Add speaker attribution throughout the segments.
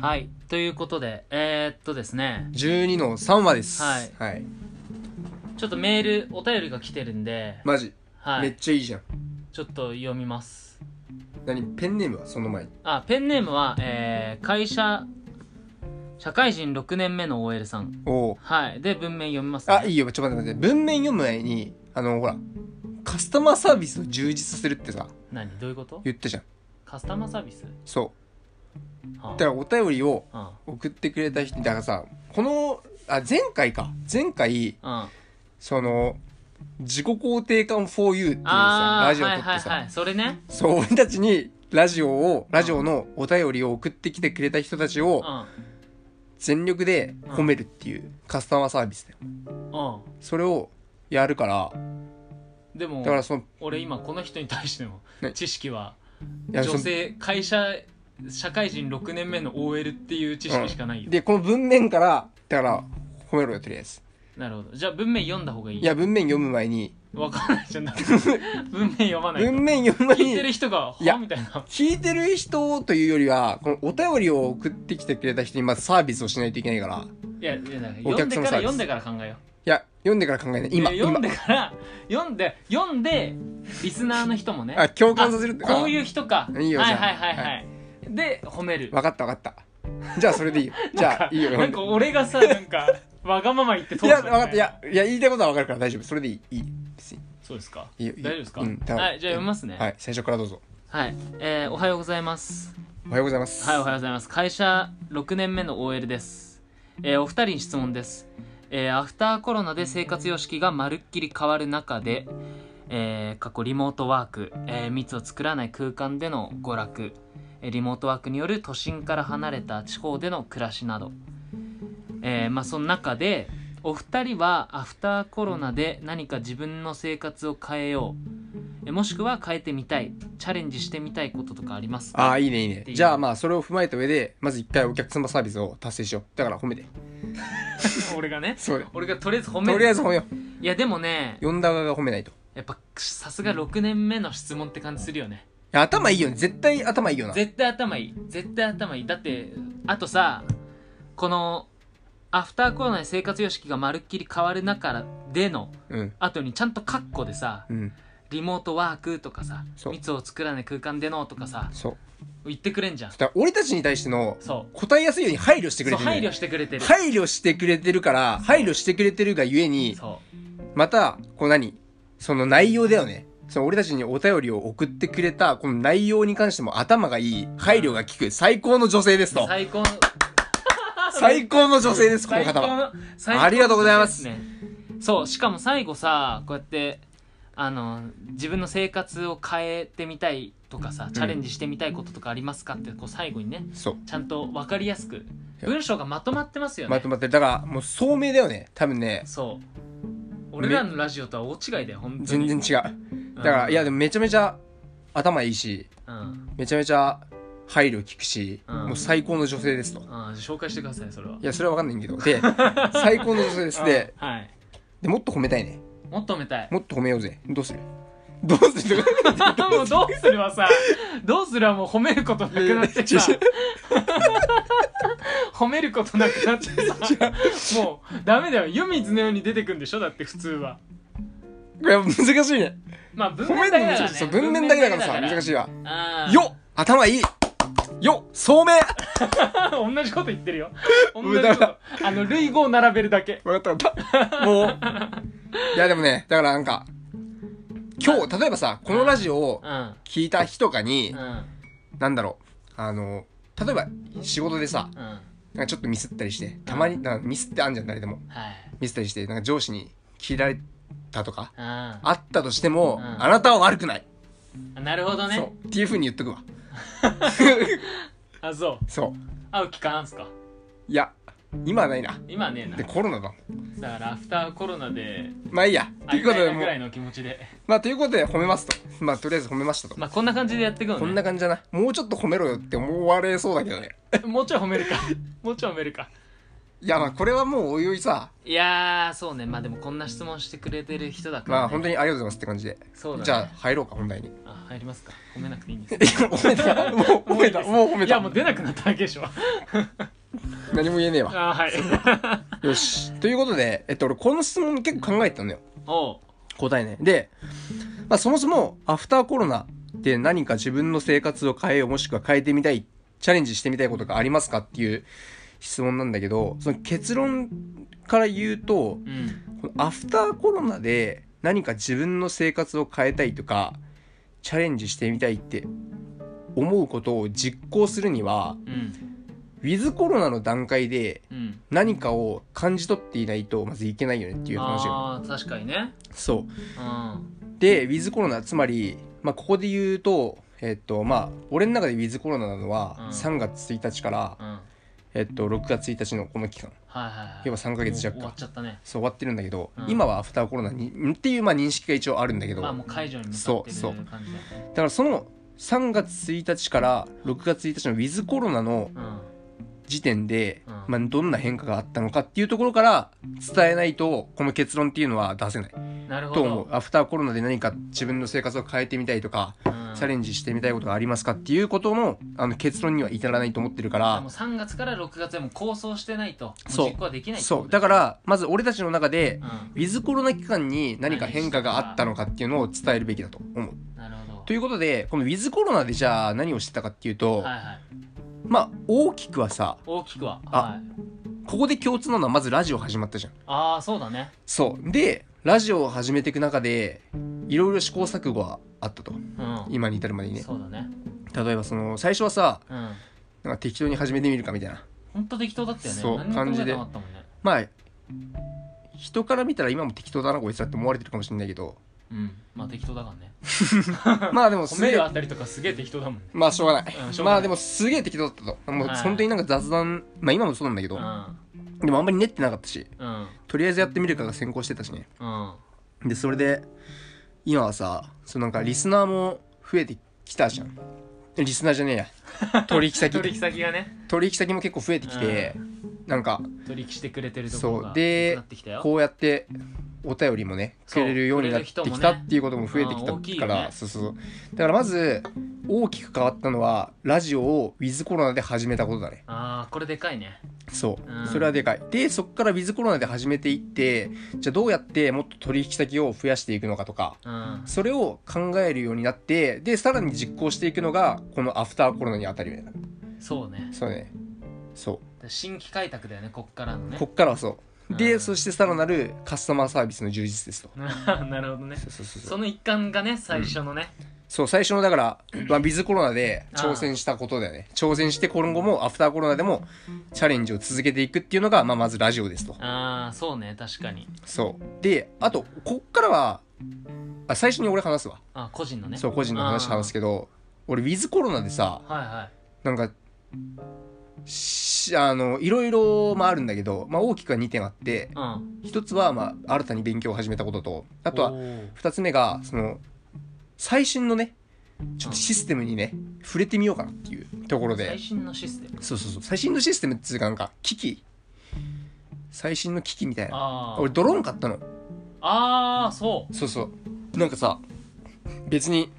Speaker 1: はい。ということで、えー、っとですね、
Speaker 2: 12の3話です。
Speaker 1: はい
Speaker 2: はい。
Speaker 1: ちょっとメール、お便りが来てるんで、
Speaker 2: マジ、
Speaker 1: は
Speaker 2: めっ
Speaker 1: い。
Speaker 2: ちゃいいじゃん。
Speaker 1: ちょっと読みます。
Speaker 2: 何ペンネームはその前に。
Speaker 1: あ、ペンネームは、えー、会社、社会人6年目の OL さん。
Speaker 2: おお。
Speaker 1: はい。で、文面読みます、ね。
Speaker 2: あ、いいよ。ちょっと待って待って。文面読む前に、あの、ほら、カスタマーサービスを充実させるってさ、
Speaker 1: 何どういうこと
Speaker 2: 言ったじゃん。
Speaker 1: カスタマーサービス
Speaker 2: そ
Speaker 1: は
Speaker 2: う。だからお便りを
Speaker 1: あ
Speaker 2: 送ってくれた人、だからさ、この、あ、前回か。前回、
Speaker 1: うん。うん。
Speaker 2: その、自己肯定感 for you っていうさ
Speaker 1: あ、ー
Speaker 2: ラジオ撮ってさ、
Speaker 1: はいはいはい。それね。
Speaker 2: そう、俺たちに、ラジオを、ラジオのお便りを送ってきてくれた人たち
Speaker 1: う
Speaker 2: を、
Speaker 1: ん。
Speaker 2: 全力で褒めるっていうカスタマーサービスだよ。
Speaker 1: うん。
Speaker 2: それをやるから、
Speaker 1: でも
Speaker 2: だ、からその、
Speaker 1: 俺今この人に対しての
Speaker 2: ね
Speaker 1: 知識は、
Speaker 2: いやそ
Speaker 1: 女
Speaker 2: の
Speaker 1: 性、会社、社会人6年目の OL っていう知識しかないよ。
Speaker 2: で、この文面から、だから、褒めろよ、とりあえず。
Speaker 1: なるほど。じゃあ文面読んだ方がいい。
Speaker 2: いや、文面読む前に、
Speaker 1: わかんないじ ゃん。だって文面読まないと。
Speaker 2: 文面読む前
Speaker 1: 聞いてる
Speaker 2: に、
Speaker 1: 人が、
Speaker 2: いや
Speaker 1: はみたいな。
Speaker 2: 聞いてる人というよりは、このお便りを送ってきてくれた人にまずサービスをしないといけないから、い
Speaker 1: いや、いやだから
Speaker 2: お
Speaker 1: 読ん
Speaker 2: 客
Speaker 1: でから
Speaker 2: 様サービス
Speaker 1: 読んでから考えよう。
Speaker 2: や、読んでから考えない。今、
Speaker 1: いや読
Speaker 2: 今
Speaker 1: ん。でから、読んで、読んで、リスナーの人もね。
Speaker 2: あ、共感させるって
Speaker 1: あこういう人か。
Speaker 2: いいよ
Speaker 1: は
Speaker 2: じ
Speaker 1: い
Speaker 2: ゃあ
Speaker 1: はいはいはい。で、褒める。
Speaker 2: わかったわかった。じゃあ、それでいいよ。じゃあ、いいよ、読
Speaker 1: なんん
Speaker 2: で
Speaker 1: か。俺 がさ、なんか、わがまま言って通
Speaker 2: い
Speaker 1: し
Speaker 2: や、
Speaker 1: た
Speaker 2: 分
Speaker 1: ね
Speaker 2: かった。い。や、いや、言いたいことは分かるから大丈夫。それでいい。いい。別に
Speaker 1: そうですか。
Speaker 2: いい
Speaker 1: 大
Speaker 2: よ
Speaker 1: 丈
Speaker 2: いいよ
Speaker 1: 夫ですか
Speaker 2: うん多分
Speaker 1: はい、じゃあ読みますね。
Speaker 2: はい。最初からどうぞ。
Speaker 1: はい。えーおはようございます。
Speaker 2: おはようございます。
Speaker 1: はい、おはようございます。会社6年目の OL です。えーお二人に質問です。えーアフターコロナで生活様式がまるっきり変わる中で、えー、過去リモートワーク、えー密を作らない空間での娯楽、えーリモートワークによる都心から離れた地方での暮らしなど、えーまあ、その中で、お二人はアフターコロナで何か自分の生活を変えよう、えーもしくは変えてみたい、チャレンジしてみたいこととかありますか
Speaker 2: ああ、いいね、いいね
Speaker 1: て。いう
Speaker 2: じゃあ、まあ、それを踏まえた上で、まず一回お客様サービスを達成しよう。だから褒めて。
Speaker 1: 俺がね
Speaker 2: そうだよ
Speaker 1: 俺がとりあえず褒め
Speaker 2: とりあえず褒めよう。
Speaker 1: いやでもね
Speaker 2: 呼んだ側が褒めないと。い
Speaker 1: やっぱさすが6年目の質問って感じするよね
Speaker 2: や頭いいよね。絶対頭いいよな。
Speaker 1: 絶対頭いい絶対頭いいだってあとさこのアフターコロナで生活様式がまるっきり変わる中での
Speaker 2: うん。
Speaker 1: 後にちゃんとカッコでさ
Speaker 2: うん。
Speaker 1: リモートワークとかさ
Speaker 2: そう
Speaker 1: 密を作らない空間でのとかさ
Speaker 2: そう。
Speaker 1: 言ってくれんじゃん
Speaker 2: だから俺たちに対しての、
Speaker 1: そ
Speaker 2: 答えやすいように配慮して
Speaker 1: う
Speaker 2: く
Speaker 1: そ
Speaker 2: れ
Speaker 1: う
Speaker 2: てる、
Speaker 1: 配
Speaker 2: ね。
Speaker 1: 慮してくれてる
Speaker 2: 配慮してくれてるから、配慮してくれてるがゆえに、
Speaker 1: そ
Speaker 2: また、こう何その内容だよね。その俺たちにお便りを送ってくれた、この内容に関しても頭がいい、配慮が効く、最高の女性です
Speaker 1: う
Speaker 2: と。
Speaker 1: 最高の
Speaker 2: 最高の女性です、この方は。
Speaker 1: の最高の
Speaker 2: ありがとうございます
Speaker 1: ねそうしかも最後さこうやってあの自分の生活を変えてみたいとかさチャレンジしてみたいこととかありますかってこう最後にね
Speaker 2: そう。
Speaker 1: ちゃんと分かりやすく文章がまとまってますよね、
Speaker 2: まとまってる。だから、もう、聡明だよね。多分ね、
Speaker 1: そう俺らのラジオとは大違いだよ本当
Speaker 2: 全
Speaker 1: に
Speaker 2: 然違う。だから、いや、でもめちゃめちゃ頭いいし、
Speaker 1: うん、
Speaker 2: めちゃめちゃ配慮効くし、
Speaker 1: うん
Speaker 2: もう最高の女性ですと。
Speaker 1: うん、紹介してくださいそれはい
Speaker 2: や、それはわかんないんだけ ど。で、最高の女性です。で、
Speaker 1: うんはい
Speaker 2: でもっと褒めたいね。
Speaker 1: もっと褒めたい
Speaker 2: もっと褒めようぜ。どうするどうする
Speaker 1: もうどうするはさ、どうするはもう褒めることなくなってさ
Speaker 2: いや、
Speaker 1: 褒めることなくなってさ、もうダメだよ。湯水のように出てくんでしょだって普通は。
Speaker 2: いや、難しいね。
Speaker 1: まあ文
Speaker 2: 褒め
Speaker 1: 面
Speaker 2: る
Speaker 1: だ
Speaker 2: の
Speaker 1: けだ
Speaker 2: 難
Speaker 1: か
Speaker 2: し
Speaker 1: ら
Speaker 2: いそ
Speaker 1: ね。
Speaker 2: う文面だけだからさ、難
Speaker 1: い。
Speaker 2: しいわ。
Speaker 1: あー
Speaker 2: よ頭いいよ聡明
Speaker 1: 同じこと言ってる よ。同
Speaker 2: ん
Speaker 1: じこと。あの、類語を並べるだけ。
Speaker 2: 分かった分かった。 もう。いや、でもね、だからなんか、今日、例えばさ、このラジオを
Speaker 1: うん。
Speaker 2: 聞いた日とかに
Speaker 1: う、ん。
Speaker 2: なんだろう、あの、例えば仕事でさ、
Speaker 1: うん。は
Speaker 2: なんかちょっとミスったりして、たまに、なんかミスってあんじゃん、誰でも。
Speaker 1: い。
Speaker 2: ミスったりして、なんか上司に切られたとか、
Speaker 1: あ
Speaker 2: あったとしても、
Speaker 1: うん
Speaker 2: あなたは悪くない。
Speaker 1: あ。なるほどね
Speaker 2: そ。う。っていうふうに言っとくわ。
Speaker 1: あ、そう。
Speaker 2: そう。
Speaker 1: 会う期間あんすか
Speaker 2: いや、今はないな。
Speaker 1: 今はねえな
Speaker 2: で、。コロナだもん。
Speaker 1: だからアフターコロナで、
Speaker 2: まあいいや。と
Speaker 1: 会
Speaker 2: い
Speaker 1: いう
Speaker 2: こと
Speaker 1: たいな
Speaker 2: で、も
Speaker 1: ぐ
Speaker 2: う
Speaker 1: らいの気持ちで。
Speaker 2: まあということで褒めますと。まあとりあえず褒めましたと。
Speaker 1: まあこんな感じでやっていくのね。
Speaker 2: こんな感じだ な。もうちょっと褒めろよって思われそうだけどね。
Speaker 1: もうちょい褒めるか。もうちょい褒めるか。
Speaker 2: いや、まあ、これはもうおいおいさ、
Speaker 1: いやーそうねまあでもこんな質問してくれてる人だから、ね、
Speaker 2: まあ、本当にありがとうございますって感じで。
Speaker 1: そうだ、ね、
Speaker 2: じゃあ、入ろうか、本題に。い
Speaker 1: あ入りますか褒めなくていいんです
Speaker 2: や、褒めた。もう褒めた。もう褒め
Speaker 1: いや
Speaker 2: た
Speaker 1: も。う出なくなっただけでしょ
Speaker 2: 何も言えねえわ。
Speaker 1: あーはい
Speaker 2: よし。ということで、えっと、俺、この質問結構考えてたのよ。
Speaker 1: おう
Speaker 2: 答えね。で、まあ、そもそも、アフターコロナって何か自分の生活を変えよう、もしくは変えてみたい、チャレンジしてみたいことがありますかっていう質問なんだけど、その結論から言うと、
Speaker 1: うん
Speaker 2: このアフターコロナで何か自分の生活を変えたいとか、チャレンジしてみたいって思うことを実行するには、
Speaker 1: うん
Speaker 2: ウィズコロナの段階で
Speaker 1: うん
Speaker 2: 何かを感じ取っていないとまずいけないよねっていう話が。
Speaker 1: ああ確かにね
Speaker 2: そう。
Speaker 1: うん
Speaker 2: で、ウィズコロナ、つまり、まあ、ここで言うと、えっと、まあ、俺の中でウィズコロナなのは、
Speaker 1: うん
Speaker 2: 3月1日から、
Speaker 1: うんはい
Speaker 2: えっと、6月1日のこの期間、
Speaker 1: はいはい
Speaker 2: 要は3ヶ
Speaker 1: も
Speaker 2: 月
Speaker 1: う終
Speaker 2: 弱
Speaker 1: わっ
Speaker 2: か。
Speaker 1: ちゃったね
Speaker 2: そう、終わってるんだけど、
Speaker 1: うん
Speaker 2: 今はアフターコロナに、んっていう、まあ、認識が一応あるんだけど、
Speaker 1: まあもう解除に向かって
Speaker 2: そうそ
Speaker 1: る感じだよね
Speaker 2: だからその、3月1日から6月1日のウィズコロナの
Speaker 1: うん
Speaker 2: 時点で、
Speaker 1: うん
Speaker 2: まあ、どんな変化があったのかっていうところから伝えないと、この結論っていうのは出せない
Speaker 1: なるほ
Speaker 2: と
Speaker 1: ど
Speaker 2: 思う。アフターコロナで何か自分の生活を変えてみたいとか、
Speaker 1: うん
Speaker 2: チャレンジしてみたいことがありますかっていうことのあの結論には至らないと思ってるか
Speaker 1: あ
Speaker 2: ら
Speaker 1: もう3月から6月でもう構想してないともう
Speaker 2: そう
Speaker 1: 実行はできない、
Speaker 2: そうだかららまず俺たちの中で
Speaker 1: う、
Speaker 2: ウィズコロナ期間に何か変化があったのかっていうのを伝えるべきだと思うん
Speaker 1: なるほど
Speaker 2: ということでこのウィズコロナでじゃあ何をしてたかっていう
Speaker 1: は
Speaker 2: と
Speaker 1: いはい
Speaker 2: まあ大きくはさ
Speaker 1: 大きくは
Speaker 2: あ
Speaker 1: はい
Speaker 2: ここで共通なのはまずラジオ始まったじゃん
Speaker 1: ああそうだね
Speaker 2: そうでラジオを始めていく中でいろいろ試行錯誤があったと
Speaker 1: うん
Speaker 2: 今に至るまでにね
Speaker 1: そうだね
Speaker 2: 例えばその最初はさ
Speaker 1: うん
Speaker 2: なんか適当に始めてみるかみたいな
Speaker 1: 本当適当だったよね
Speaker 2: そう
Speaker 1: 何
Speaker 2: 感じで
Speaker 1: も考えてなかったもんね
Speaker 2: まあ人から見たら今も適当だなこいつらって思われてるかもしれないけど
Speaker 1: うんまあ適当だからね
Speaker 2: まあでも
Speaker 1: 褒
Speaker 2: すげ
Speaker 1: める
Speaker 2: え
Speaker 1: あたりとかすげえ適当だもんね
Speaker 2: まあしょうがない、
Speaker 1: うんしょうがない
Speaker 2: まあでもすげえ適当だったともう
Speaker 1: はい
Speaker 2: 本当になんか雑談まあ今もそうなんだけ
Speaker 1: う
Speaker 2: ど、
Speaker 1: ん
Speaker 2: でもあんまり練ってなかったし
Speaker 1: うん
Speaker 2: とりあえずやってみるかが先行してたしね
Speaker 1: うん
Speaker 2: でそれで今はさそのなんかリスナーも増えてきたじゃんリスナーじゃねえや取引 先
Speaker 1: 取引先がね
Speaker 2: 取引先も結構増えてきて、なんか
Speaker 1: 取引してくれてるところ
Speaker 2: そ
Speaker 1: が
Speaker 2: うで
Speaker 1: 多くなってきたよ
Speaker 2: こうやってお便りもねく
Speaker 1: そう
Speaker 2: れるようになって
Speaker 1: くれる
Speaker 2: き
Speaker 1: 人
Speaker 2: た
Speaker 1: もね
Speaker 2: っていうことも増えてきた
Speaker 1: うん大きい
Speaker 2: か
Speaker 1: よ
Speaker 2: ら、
Speaker 1: ね
Speaker 2: そうそうだからまず大きく変わったのはラジオをウィズコロナで始めたことだね
Speaker 1: ああこれでかいね
Speaker 2: そう、
Speaker 1: うん
Speaker 2: それはでかいでそこからウィズコロナで始めていってじゃあどうやってもっと取引先を増やしていくのかとか
Speaker 1: うん
Speaker 2: それを考えるようになってでさらに実行していくのがこのアフターコロナにあたりようになる
Speaker 1: そうね
Speaker 2: そうねそ
Speaker 1: 新規開拓だよねこっからの
Speaker 2: う
Speaker 1: ね
Speaker 2: こっからはそうで、
Speaker 1: うん
Speaker 2: そしてさらなるカスタマーサービスの充実ですと
Speaker 1: なるほどね
Speaker 2: そうそうそうそう
Speaker 1: その一環がね最初のね、
Speaker 2: そう、最初のだから、まあ、ビズコロナで挑戦したことだよね。挑戦して今後もアフターコロナでもチャレンジを続けていくっていうのが、まあ、まずラジオですと。
Speaker 1: ああそうね確かに
Speaker 2: そう。で、あと、こっからは、あ、最初に俺話すわ。
Speaker 1: あ個人のね
Speaker 2: そう、個人の話話すけど、俺、ウィズコロナでさ、
Speaker 1: はいはい
Speaker 2: なんか、しあの、いろいろ、まあ、あるんだけど、まあ、大きくは2点あって、
Speaker 1: うん
Speaker 2: 一つは、まあ、新たに勉強を始めたことと、あとは
Speaker 1: お、ー
Speaker 2: 二つ目が、その、最新のね、ちょっとシステムにね、触れてみようかなっていうところで
Speaker 1: 最、新のシステム
Speaker 2: そうそうそう、最新のシステムっていうか、なんか、機器、最新の機器みたいな。
Speaker 1: あー
Speaker 2: 俺、ドローン買ったの。
Speaker 1: あーそう
Speaker 2: そうそう。なんかさ、別に、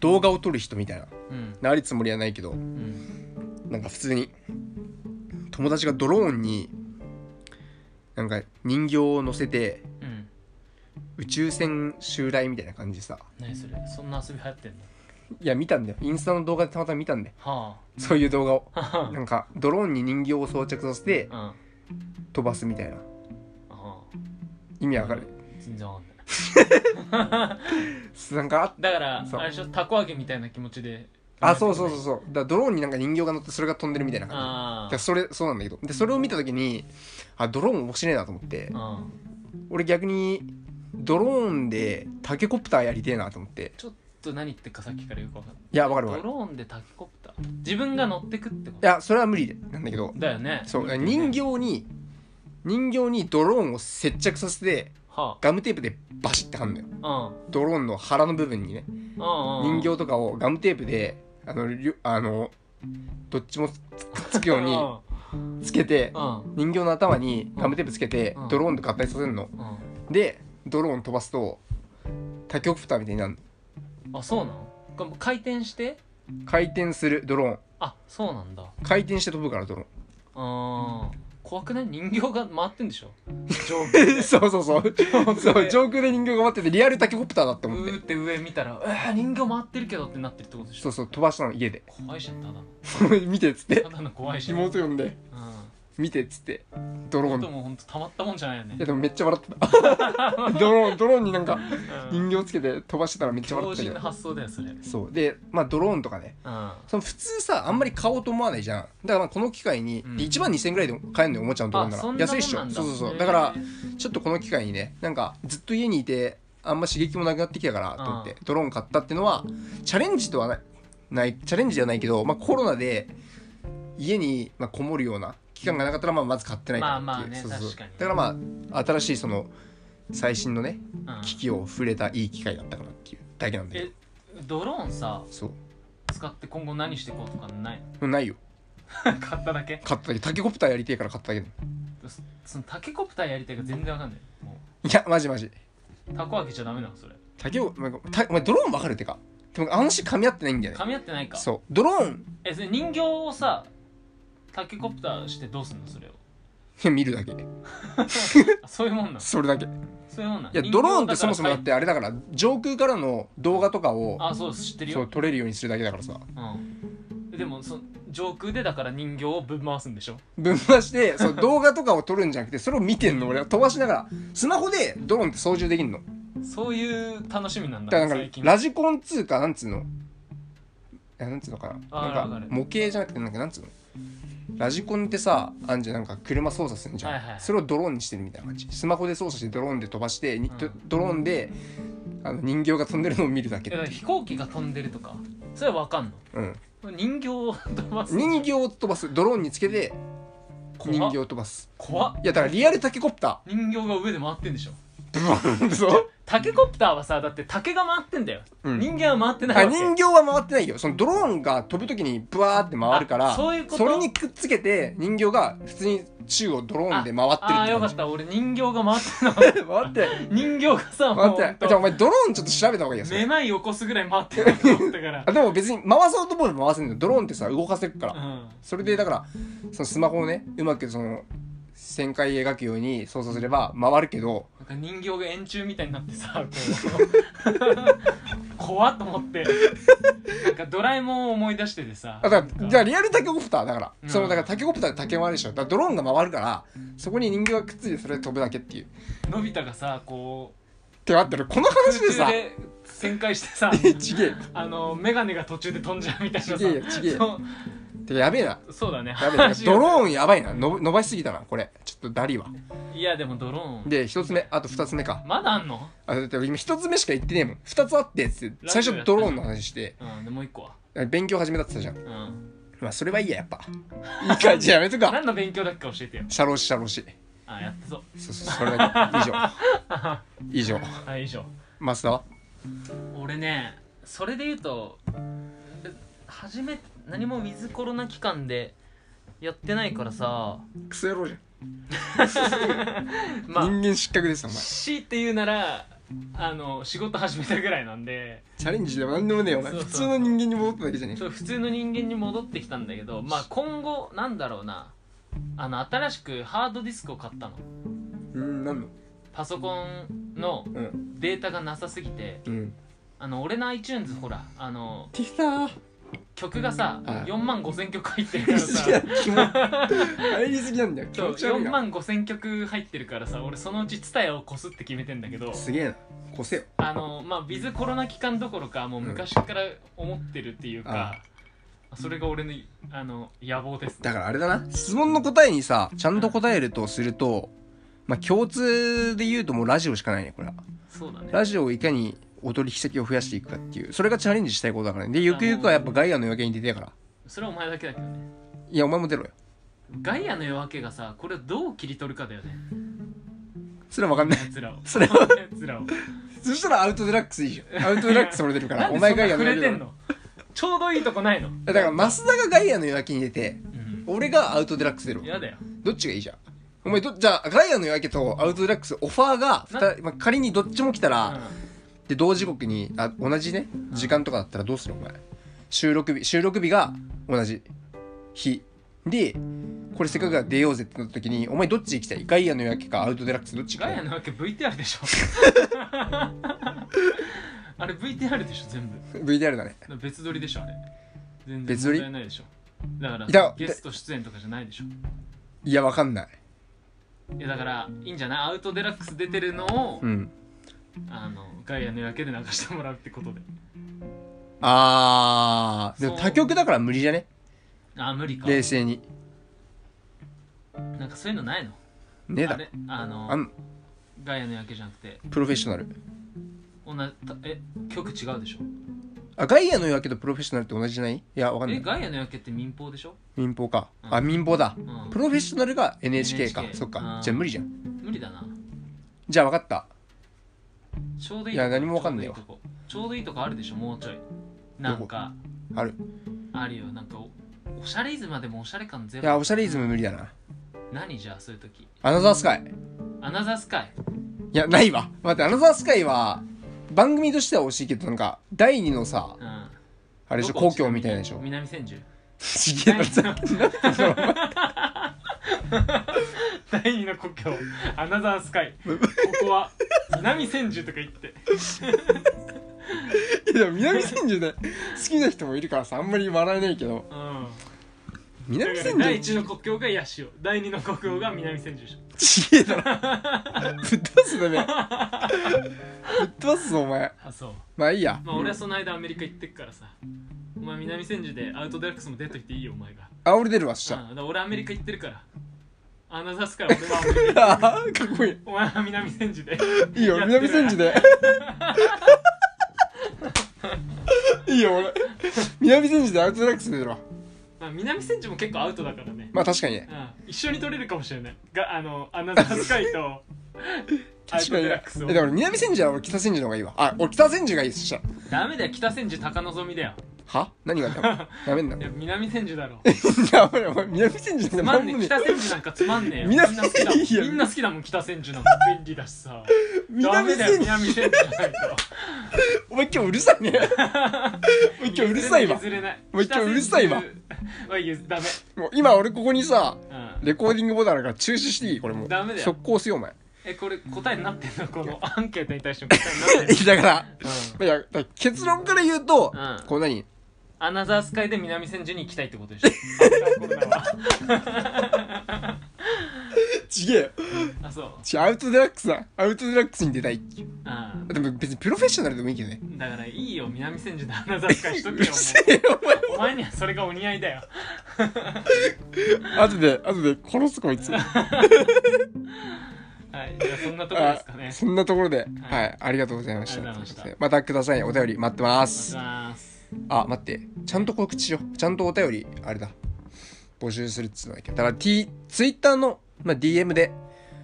Speaker 2: 動画を撮る人みたいな、
Speaker 1: うん
Speaker 2: なるつもりはないけど、
Speaker 1: うん
Speaker 2: なんか普通に、友達がドローンに、なんか人形を乗せて、
Speaker 1: うん
Speaker 2: 宇宙船襲来みたいな感じでさ、
Speaker 1: 何それそんな遊び流行ってんの
Speaker 2: いや、見たんだよ。インスタの動画でたまたま見たんだよ。
Speaker 1: は
Speaker 2: そういう動画を。
Speaker 1: あ
Speaker 2: なんかドローンに人形を装着させて
Speaker 1: うんあ
Speaker 2: 飛ばすみたいな
Speaker 1: あ
Speaker 2: 意味わかる
Speaker 1: 全然わかんない
Speaker 2: なんか
Speaker 1: だから
Speaker 2: そう
Speaker 1: あれでしょたこ揚げみたいな気持ちで
Speaker 2: ああそうそうそうそうだからドローンになんか人形が乗ってそれが飛んでるみたいな感じだ
Speaker 1: あ
Speaker 2: からそれそうなんだけどでそれを見た時にあドローン面白いなと思って
Speaker 1: あうん
Speaker 2: 俺逆にドローンでタケコプターやりてえなと思って
Speaker 1: ちょっと何言ってるかさっきからよくわかんない
Speaker 2: いやわかるわ
Speaker 1: ド
Speaker 2: かるい
Speaker 1: ローンでタケコプター自分が乗ってくってこと
Speaker 2: やそれは無理でなんだけど
Speaker 1: だよね
Speaker 2: そう人形に人形にドローンを接着させて
Speaker 1: は
Speaker 2: ガムテープでバシッて貼んのよ
Speaker 1: あ
Speaker 2: ドローンの腹の部分にね
Speaker 1: うんうんうん
Speaker 2: 人形とかをガムテープであのりょあのどっちもつくっつくように
Speaker 1: う
Speaker 2: つけて
Speaker 1: うん
Speaker 2: 人形の頭にガムテープつけて
Speaker 1: うん
Speaker 2: ドローンと合体させるの
Speaker 1: う
Speaker 2: でドローン飛ばすとタキオプターみたいになる
Speaker 1: んあそうなのこれ回転して
Speaker 2: の回転するドローン
Speaker 1: あそうなんだ
Speaker 2: 回転して飛ぶからドロ
Speaker 1: あー怖くない人形が回ってんでしょ上空
Speaker 2: ーン そうそうそうそう
Speaker 1: 上
Speaker 2: 上空で人形が待っててリアルタキオプターだって
Speaker 1: う
Speaker 2: 思って
Speaker 1: ーって上見たら「えー、人形回ってるけど」ってなってるってことでし
Speaker 2: そ
Speaker 1: ょ
Speaker 2: うそう飛ばしたの家で
Speaker 1: 怖いじゃんただの
Speaker 2: 見てっつって
Speaker 1: ただの怖いじゃんうん
Speaker 2: 妹呼んで見てっつってドロー
Speaker 1: こ
Speaker 2: ン
Speaker 1: と
Speaker 2: い
Speaker 1: もほんとたまったもんじゃないよね
Speaker 2: やでもめっちゃ笑ってた ドローンドローンになんか
Speaker 1: うん
Speaker 2: 人形つけて飛ばしてたらめっちゃ笑
Speaker 1: 強靭な
Speaker 2: ってたけど
Speaker 1: 発想だよそれうん
Speaker 2: そうでまあドローンとかね
Speaker 1: あ
Speaker 2: その普通さあんまり買おうと思わないじゃんだからまあこの機会に、
Speaker 1: うん
Speaker 2: 1万2000円ぐらいで買えるのよおもちゃのドローンなら
Speaker 1: そんなも
Speaker 2: 安
Speaker 1: ん
Speaker 2: いっし
Speaker 1: な
Speaker 2: ょ
Speaker 1: ん
Speaker 2: そうそうそうだからちょっとこの機会にねなんかずっと家にいてあんま刺激もなくなってきたからと思って、
Speaker 1: うん
Speaker 2: ドローン買ったってのはチャレンジとはないないチャレンジじゃないけど、まあ、コロナで家に、まあ、こもるような期間がなかったら、まあ、まず買ってないからっていう、
Speaker 1: まあまあね
Speaker 2: そうそうそう
Speaker 1: 確かに
Speaker 2: だからまあ新しいその最新のね
Speaker 1: へーうん
Speaker 2: 機器を触れたいい機会だったかなっていうだけなんだけど
Speaker 1: えドローンさ
Speaker 2: そう
Speaker 1: 使って今後何していこうとかない の
Speaker 2: ないよ
Speaker 1: 買っただけ
Speaker 2: 買っただけタケコプターやりてえから買っただけだよ
Speaker 1: そそのタケコプターやりたいか全然わかんないも
Speaker 2: いやマジマジ
Speaker 1: うタコ開けちゃダメなのそれ
Speaker 2: 竹をなんかたお前ドローンわかるってかでもあの話噛み合ってないんだよね
Speaker 1: 噛み合ってないか
Speaker 2: そうドローン
Speaker 1: えそれ人形をさタケコプターしてどうすんのそれを
Speaker 2: 見るだけ
Speaker 1: あそういうもんなん
Speaker 2: それだけい
Speaker 1: そういうもんなん
Speaker 2: や
Speaker 1: 人形
Speaker 2: ドローン
Speaker 1: だ
Speaker 2: って
Speaker 1: か
Speaker 2: そ
Speaker 1: ら
Speaker 2: もそもだってあれだから上空からの動画とかを
Speaker 1: あそう知ってる
Speaker 2: そう
Speaker 1: よ
Speaker 2: 撮れるようにするだけだからさ
Speaker 1: うんでもそ上空でだから人形をぶん回すんでしょ
Speaker 2: ぶん回して そう動画とかを撮るんじゃなくてそれを見てんの俺は飛ばしながらスマホでドローンって操縦できんの
Speaker 1: そういう楽しみなんだ
Speaker 2: だからなん
Speaker 1: 最
Speaker 2: か
Speaker 1: 近
Speaker 2: ラジコンつうかなんつうのいやなんつうのかな
Speaker 1: あーわ
Speaker 2: な
Speaker 1: か
Speaker 2: んか
Speaker 1: る
Speaker 2: 模型じゃなくてなんかなんつうのラジコンってさあんじゃんなんか車操作するんじゃん、
Speaker 1: はいはい
Speaker 2: それをドローンにしてるみたいな感じスマホで操作してドローンで飛ばして、にドドローンであの人形が飛んでるのを見るだけ
Speaker 1: えだから飛行機が飛んでるとかそれはわかん
Speaker 2: うん
Speaker 1: の人形を飛ばす
Speaker 2: 人形を飛ばすドローンにつけて
Speaker 1: 怖っ
Speaker 2: 人形を飛ばす
Speaker 1: 怖っ
Speaker 2: いやだからリアルタケコプタ
Speaker 1: 人形が上で回ってんでしょ
Speaker 2: ーブ ーンそう
Speaker 1: タケコプターはさだって竹が回ってんだよ、
Speaker 2: うん
Speaker 1: 人間は回ってない
Speaker 2: あ
Speaker 1: わけ
Speaker 2: 人形は回ってないよそのドローンが飛ぶ時にブワーって回るから
Speaker 1: あそういうこと
Speaker 2: れにくっつけて人形が普通に宙をドローンで回ってる
Speaker 1: ああーよか
Speaker 2: 感
Speaker 1: っ
Speaker 2: じ
Speaker 1: た俺人形が回ってんのか と
Speaker 2: 回って
Speaker 1: 人形がさ
Speaker 2: 回
Speaker 1: もう
Speaker 2: ってじゃ
Speaker 1: ほんと
Speaker 2: あお前ドローンちょっと調べた方がいいよそ
Speaker 1: め
Speaker 2: れ
Speaker 1: まい起こすぐらい回ってないと思った から
Speaker 2: あでも別に回そうと思えば回せんのドローンってさ動かせるから、
Speaker 1: うん
Speaker 2: それでだからそのスマホをねうまくその旋回描くように操作すれば回るけど
Speaker 1: なんか人形が円柱みたいになってさこう 怖っと思ってなんかドラえもんを思い出しててさ
Speaker 2: あだか
Speaker 1: な
Speaker 2: ら
Speaker 1: ん
Speaker 2: じゃあリアルタケコプターだから、
Speaker 1: うん
Speaker 2: そのだからタケコプターで竹回るでしょだからドローンが回るからそこに人形がくっついてそれで飛ぶだけっていう
Speaker 1: のび太がさこ
Speaker 2: てかあってるこの
Speaker 1: う
Speaker 2: 話で
Speaker 1: 空
Speaker 2: さ
Speaker 1: 中で旋回して さ
Speaker 2: ちげえ
Speaker 1: あの眼鏡が途中で飛んじゃうみたいなさ
Speaker 2: ちげえよちげえよ
Speaker 1: そう
Speaker 2: てかやべえな
Speaker 1: そうだね
Speaker 2: やべえな ド
Speaker 1: ー
Speaker 2: ローンやばいなの伸ばしすぎたなこれちょっとダリはい
Speaker 1: やでもドローン
Speaker 2: で一つ目あと二つ目か
Speaker 1: まだあんの
Speaker 2: あだって今一つ目しか言ってねえもん二つあってっつって最初ドローンの話して
Speaker 1: うんでもう一個は
Speaker 2: 勉強始めたって言ったじ
Speaker 1: うん
Speaker 2: ゃんまあそれはいいややっぱいい感じやめとくか
Speaker 1: 何の勉強だっけか教えてよ
Speaker 2: シャローシシャローシ
Speaker 1: あやってそう
Speaker 2: そうそうそれだけ 以上以上
Speaker 1: はい以上
Speaker 2: マスターは
Speaker 1: 俺ねそれで言うとえ初め何もウィズコロナ期間でやってないからさ
Speaker 2: クソ野郎じゃん
Speaker 1: まあ
Speaker 2: 人間失格ですよお前
Speaker 1: 強いて言うならあの仕事始めたぐらいなんで
Speaker 2: チャレンジでも何でもねえよお前
Speaker 1: そう
Speaker 2: 普
Speaker 1: そう
Speaker 2: 通の人間に戻っただけじゃねえ
Speaker 1: ちょっと普通の人間に戻ってきたんだけどまあ今後なんだろうなあの新しくハードディスクを買ったの
Speaker 2: うん何の
Speaker 1: パソコンの
Speaker 2: うん
Speaker 1: データがなさすぎて
Speaker 2: うん
Speaker 1: あの俺の iTunes ほらあの
Speaker 2: ティサ
Speaker 1: 曲がさ
Speaker 2: はい
Speaker 1: 4万5000曲入ってるからさ
Speaker 2: ー気持ち入りすぎなんだよ気
Speaker 1: そう
Speaker 2: 持ち悪い
Speaker 1: 4
Speaker 2: な
Speaker 1: 万5千曲入ってるからさ俺そのうちツタヤを越すって決めてんだけど
Speaker 2: すげえなこせよ
Speaker 1: あのまあビズコロナ期間どころかもう昔から思ってるっていうか、それが俺のあの野望です
Speaker 2: だからあれだな質問の答えにさちゃんと答えるとするとまあ共通で言うともうラジオしかないねこれは
Speaker 1: そうだね
Speaker 2: ラジオをいかに踊り筆跡を増やしていくかっていうそれがチャレンジしたいことだからねでゆくゆくはやっぱガイアの夜明けに出てやから
Speaker 1: それはお前だけだけどね
Speaker 2: いやお前も出ろよ
Speaker 1: ガイアの夜明けがさこれをどう切り取るかだよね
Speaker 2: それは分 かんない
Speaker 1: やつらを
Speaker 2: それは
Speaker 1: やつらを
Speaker 2: そしたらアウトデラックスいいじゃんアウトデラックス俺出るから
Speaker 1: なん
Speaker 2: お
Speaker 1: でそ
Speaker 2: 前
Speaker 1: んな
Speaker 2: ガイア
Speaker 1: 触
Speaker 2: の
Speaker 1: れ
Speaker 2: 夜
Speaker 1: て
Speaker 2: 明
Speaker 1: ん
Speaker 2: け
Speaker 1: のちょうどいいとこないの
Speaker 2: だから増田がガイアの夜明けに出て
Speaker 1: うん
Speaker 2: 俺がアウトデラックス出るわ
Speaker 1: 嫌だよ
Speaker 2: どっちがいいじゃんお前どじゃあガイアの夜明けとアウトデラックスオファーが二人、まあ、仮にどっちも来たら、で同時刻にあ同じね時間とかだったらどうするお前収録日収録日が同じ日でこれせっかくが出ようぜってなった時にお前どっち行きたいガイアの夜明けかアウトデラックスどっち行
Speaker 1: ガ
Speaker 2: きた
Speaker 1: ヤ
Speaker 2: い
Speaker 1: なわけ VTR でしょ あれ VTR でしょ全
Speaker 2: VTR だね
Speaker 1: 部別撮りでしょあれ全然
Speaker 2: 別撮り
Speaker 1: 問題ないでしょだから
Speaker 2: いや
Speaker 1: ゲスト出演とかじゃないでしょ
Speaker 2: いやわかんない
Speaker 1: いやだからいいんじゃないアウトデラックス出てるのを、
Speaker 2: うん
Speaker 1: あのガイアの夜明けで流してもらうってことで
Speaker 2: あーでも
Speaker 1: そう
Speaker 2: 他局だから無理じゃね
Speaker 1: あ無理か
Speaker 2: 冷静に
Speaker 1: なんかそういうのないの
Speaker 2: ねえ
Speaker 1: あ
Speaker 2: だ
Speaker 1: れあの
Speaker 2: あん
Speaker 1: ガイアの夜明けじゃなくて
Speaker 2: プロフェッショナル
Speaker 1: 同じたえ曲違うでしょ
Speaker 2: あガイアの夜明けとプロフェッショナルって同じじゃないいやわかんな
Speaker 1: え
Speaker 2: い
Speaker 1: ガイアの夜明けって民放でしょ、
Speaker 2: 民放か
Speaker 1: うん
Speaker 2: あ民放だ
Speaker 1: うん
Speaker 2: プ、ロフェッショナルが NHK か
Speaker 1: NHK
Speaker 2: そっ
Speaker 1: う
Speaker 2: か
Speaker 1: ん
Speaker 2: じゃあ無理じゃん
Speaker 1: 無理だな
Speaker 2: じゃあわかった
Speaker 1: ちょうどいい
Speaker 2: いや何もわかんないわ
Speaker 1: ちょうどいいとこちょうどいいとこあるでしょもうちょいなんか
Speaker 2: ある
Speaker 1: あるよなんかおおしゃれイズムはでもおしゃれ感ゼ
Speaker 2: い
Speaker 1: ロ
Speaker 2: やおしゃれイズム無理だな
Speaker 1: 何じゃあそういう時
Speaker 2: アナザースカイ
Speaker 1: アナザースカイ
Speaker 2: いや、ないわ。待って、アナザースカイは、番組としては惜しいけど、なんか、第二のさ、
Speaker 1: うん
Speaker 2: あ
Speaker 1: あ
Speaker 2: れでしょ、皇居みたいなでしょ。
Speaker 1: 南千住
Speaker 2: ちげえ な、さっきなってたの
Speaker 1: 第二の故郷アナザースカイここは南千住とか言って
Speaker 2: いや、でも 南千住で好きな人もいるからさ、あんまり笑えないけど、
Speaker 1: うんだ
Speaker 2: 南
Speaker 1: から
Speaker 2: 千
Speaker 1: 第
Speaker 2: 住
Speaker 1: 一の国境がヤシオ第二の国境が南千住でしょ
Speaker 2: ちげえだろ。ぶっ飛ばすだね。ぶっ飛ばすぞ、お前。
Speaker 1: あそう
Speaker 2: まあいいや。
Speaker 1: まあ俺はその間アメリカ行ってっからさお前南千住でアウトデラックスも出といていいよお前が
Speaker 2: あ、俺出るわ、そし
Speaker 1: う
Speaker 2: た
Speaker 1: ん
Speaker 2: ら。
Speaker 1: だから俺アメリカ行ってるからアナザースカイ俺はアメリカ行ってる
Speaker 2: あ ーかっこいい。
Speaker 1: お前は南千住で
Speaker 2: いいよ、
Speaker 1: やってる
Speaker 2: 南千住 で。いいよ、俺。南千住でアウトデラックス出るわ。
Speaker 1: まあ南千住も結構アウトだからね、
Speaker 2: まあ確かにね。
Speaker 1: うん、一緒に撮れるかもしれないがあのアナザースカイとアウ
Speaker 2: 確
Speaker 1: ト
Speaker 2: か
Speaker 1: デ
Speaker 2: にね
Speaker 1: ラックスを
Speaker 2: えでも南千住は俺北千住の方がいいわあ俺北千住がいいっすじゃ
Speaker 1: ダメだよ北千住高望だよ
Speaker 2: は何 がダメダメんない
Speaker 1: や南千住だろ
Speaker 2: やばいお前南千住
Speaker 1: つ
Speaker 2: の
Speaker 1: ま
Speaker 2: 番
Speaker 1: んねえ
Speaker 2: 組
Speaker 1: 北千住なんかつまんねえよみんな
Speaker 2: 南
Speaker 1: 好きだもん
Speaker 2: いや
Speaker 1: みんな好きだもん北千住なんか便利だしさダメだ
Speaker 2: 南
Speaker 1: よ
Speaker 2: 千住
Speaker 1: 南千住じゃないと
Speaker 2: お前今日うるさ いねお前今日うるさいわ
Speaker 1: 譲れない
Speaker 2: もう一回うるさいわ
Speaker 1: 北千住は譲ダメ
Speaker 2: もう今俺ここにさ
Speaker 1: うん
Speaker 2: レコーディングボタンあるから中止していいこれもう
Speaker 1: ダメだよ
Speaker 2: 速攻すよお前
Speaker 1: えこれ答えになってんのこのアンケートに対しての答えになってんの、
Speaker 2: だから
Speaker 1: うん
Speaker 2: いやだから結論から言うと、
Speaker 1: うん
Speaker 2: こう何
Speaker 1: アナザースカイで南千住に行きたいってことでしょアフターコロナは
Speaker 2: ちげえよ
Speaker 1: あそう
Speaker 2: ちアウトデラックスだアウトデラックスに出たいっていう
Speaker 1: う
Speaker 2: でも別にプロフェッショナルでもいいけどね
Speaker 1: んだからいいよ南千住でアナザースカイしと
Speaker 2: う
Speaker 1: け
Speaker 2: る
Speaker 1: よ
Speaker 2: せえよお前
Speaker 1: もうお前にはそれがお似合いだよ
Speaker 2: 後で後で殺すこ いつ
Speaker 1: はいじゃあそんなところですかね
Speaker 2: あそんなところで、はい、
Speaker 1: い
Speaker 2: ありがとうございまし
Speaker 1: あり
Speaker 2: た。
Speaker 1: がとうございました
Speaker 2: またください。お便り待ってま
Speaker 1: お願い
Speaker 2: す
Speaker 1: し。ます
Speaker 2: あ、待って。ちゃんと告知しよう。ちゃんとお便り、あれだ。募集するっつうのだけど。だから、T、Twitter の、まあ、DM で、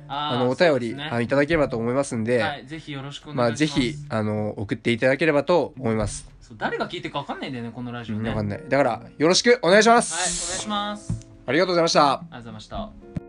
Speaker 1: あ
Speaker 2: あ
Speaker 1: ー
Speaker 2: の、お
Speaker 1: そ
Speaker 2: 便
Speaker 1: うで
Speaker 2: り、
Speaker 1: すね
Speaker 2: あのいただければと思いますんで、
Speaker 1: はいぜひよろしくお
Speaker 2: ま
Speaker 1: 願
Speaker 2: あ、
Speaker 1: いし
Speaker 2: ぜ
Speaker 1: ます、
Speaker 2: ひ、あの、送っていただければと思います。
Speaker 1: そう誰が聞いてるか分かんないんだよねこのラジオね
Speaker 2: わか
Speaker 1: はい
Speaker 2: んない。だから、よろしくお願いしま
Speaker 1: お願い
Speaker 2: す。
Speaker 1: します
Speaker 2: ありがとうございました。
Speaker 1: ありがとうございました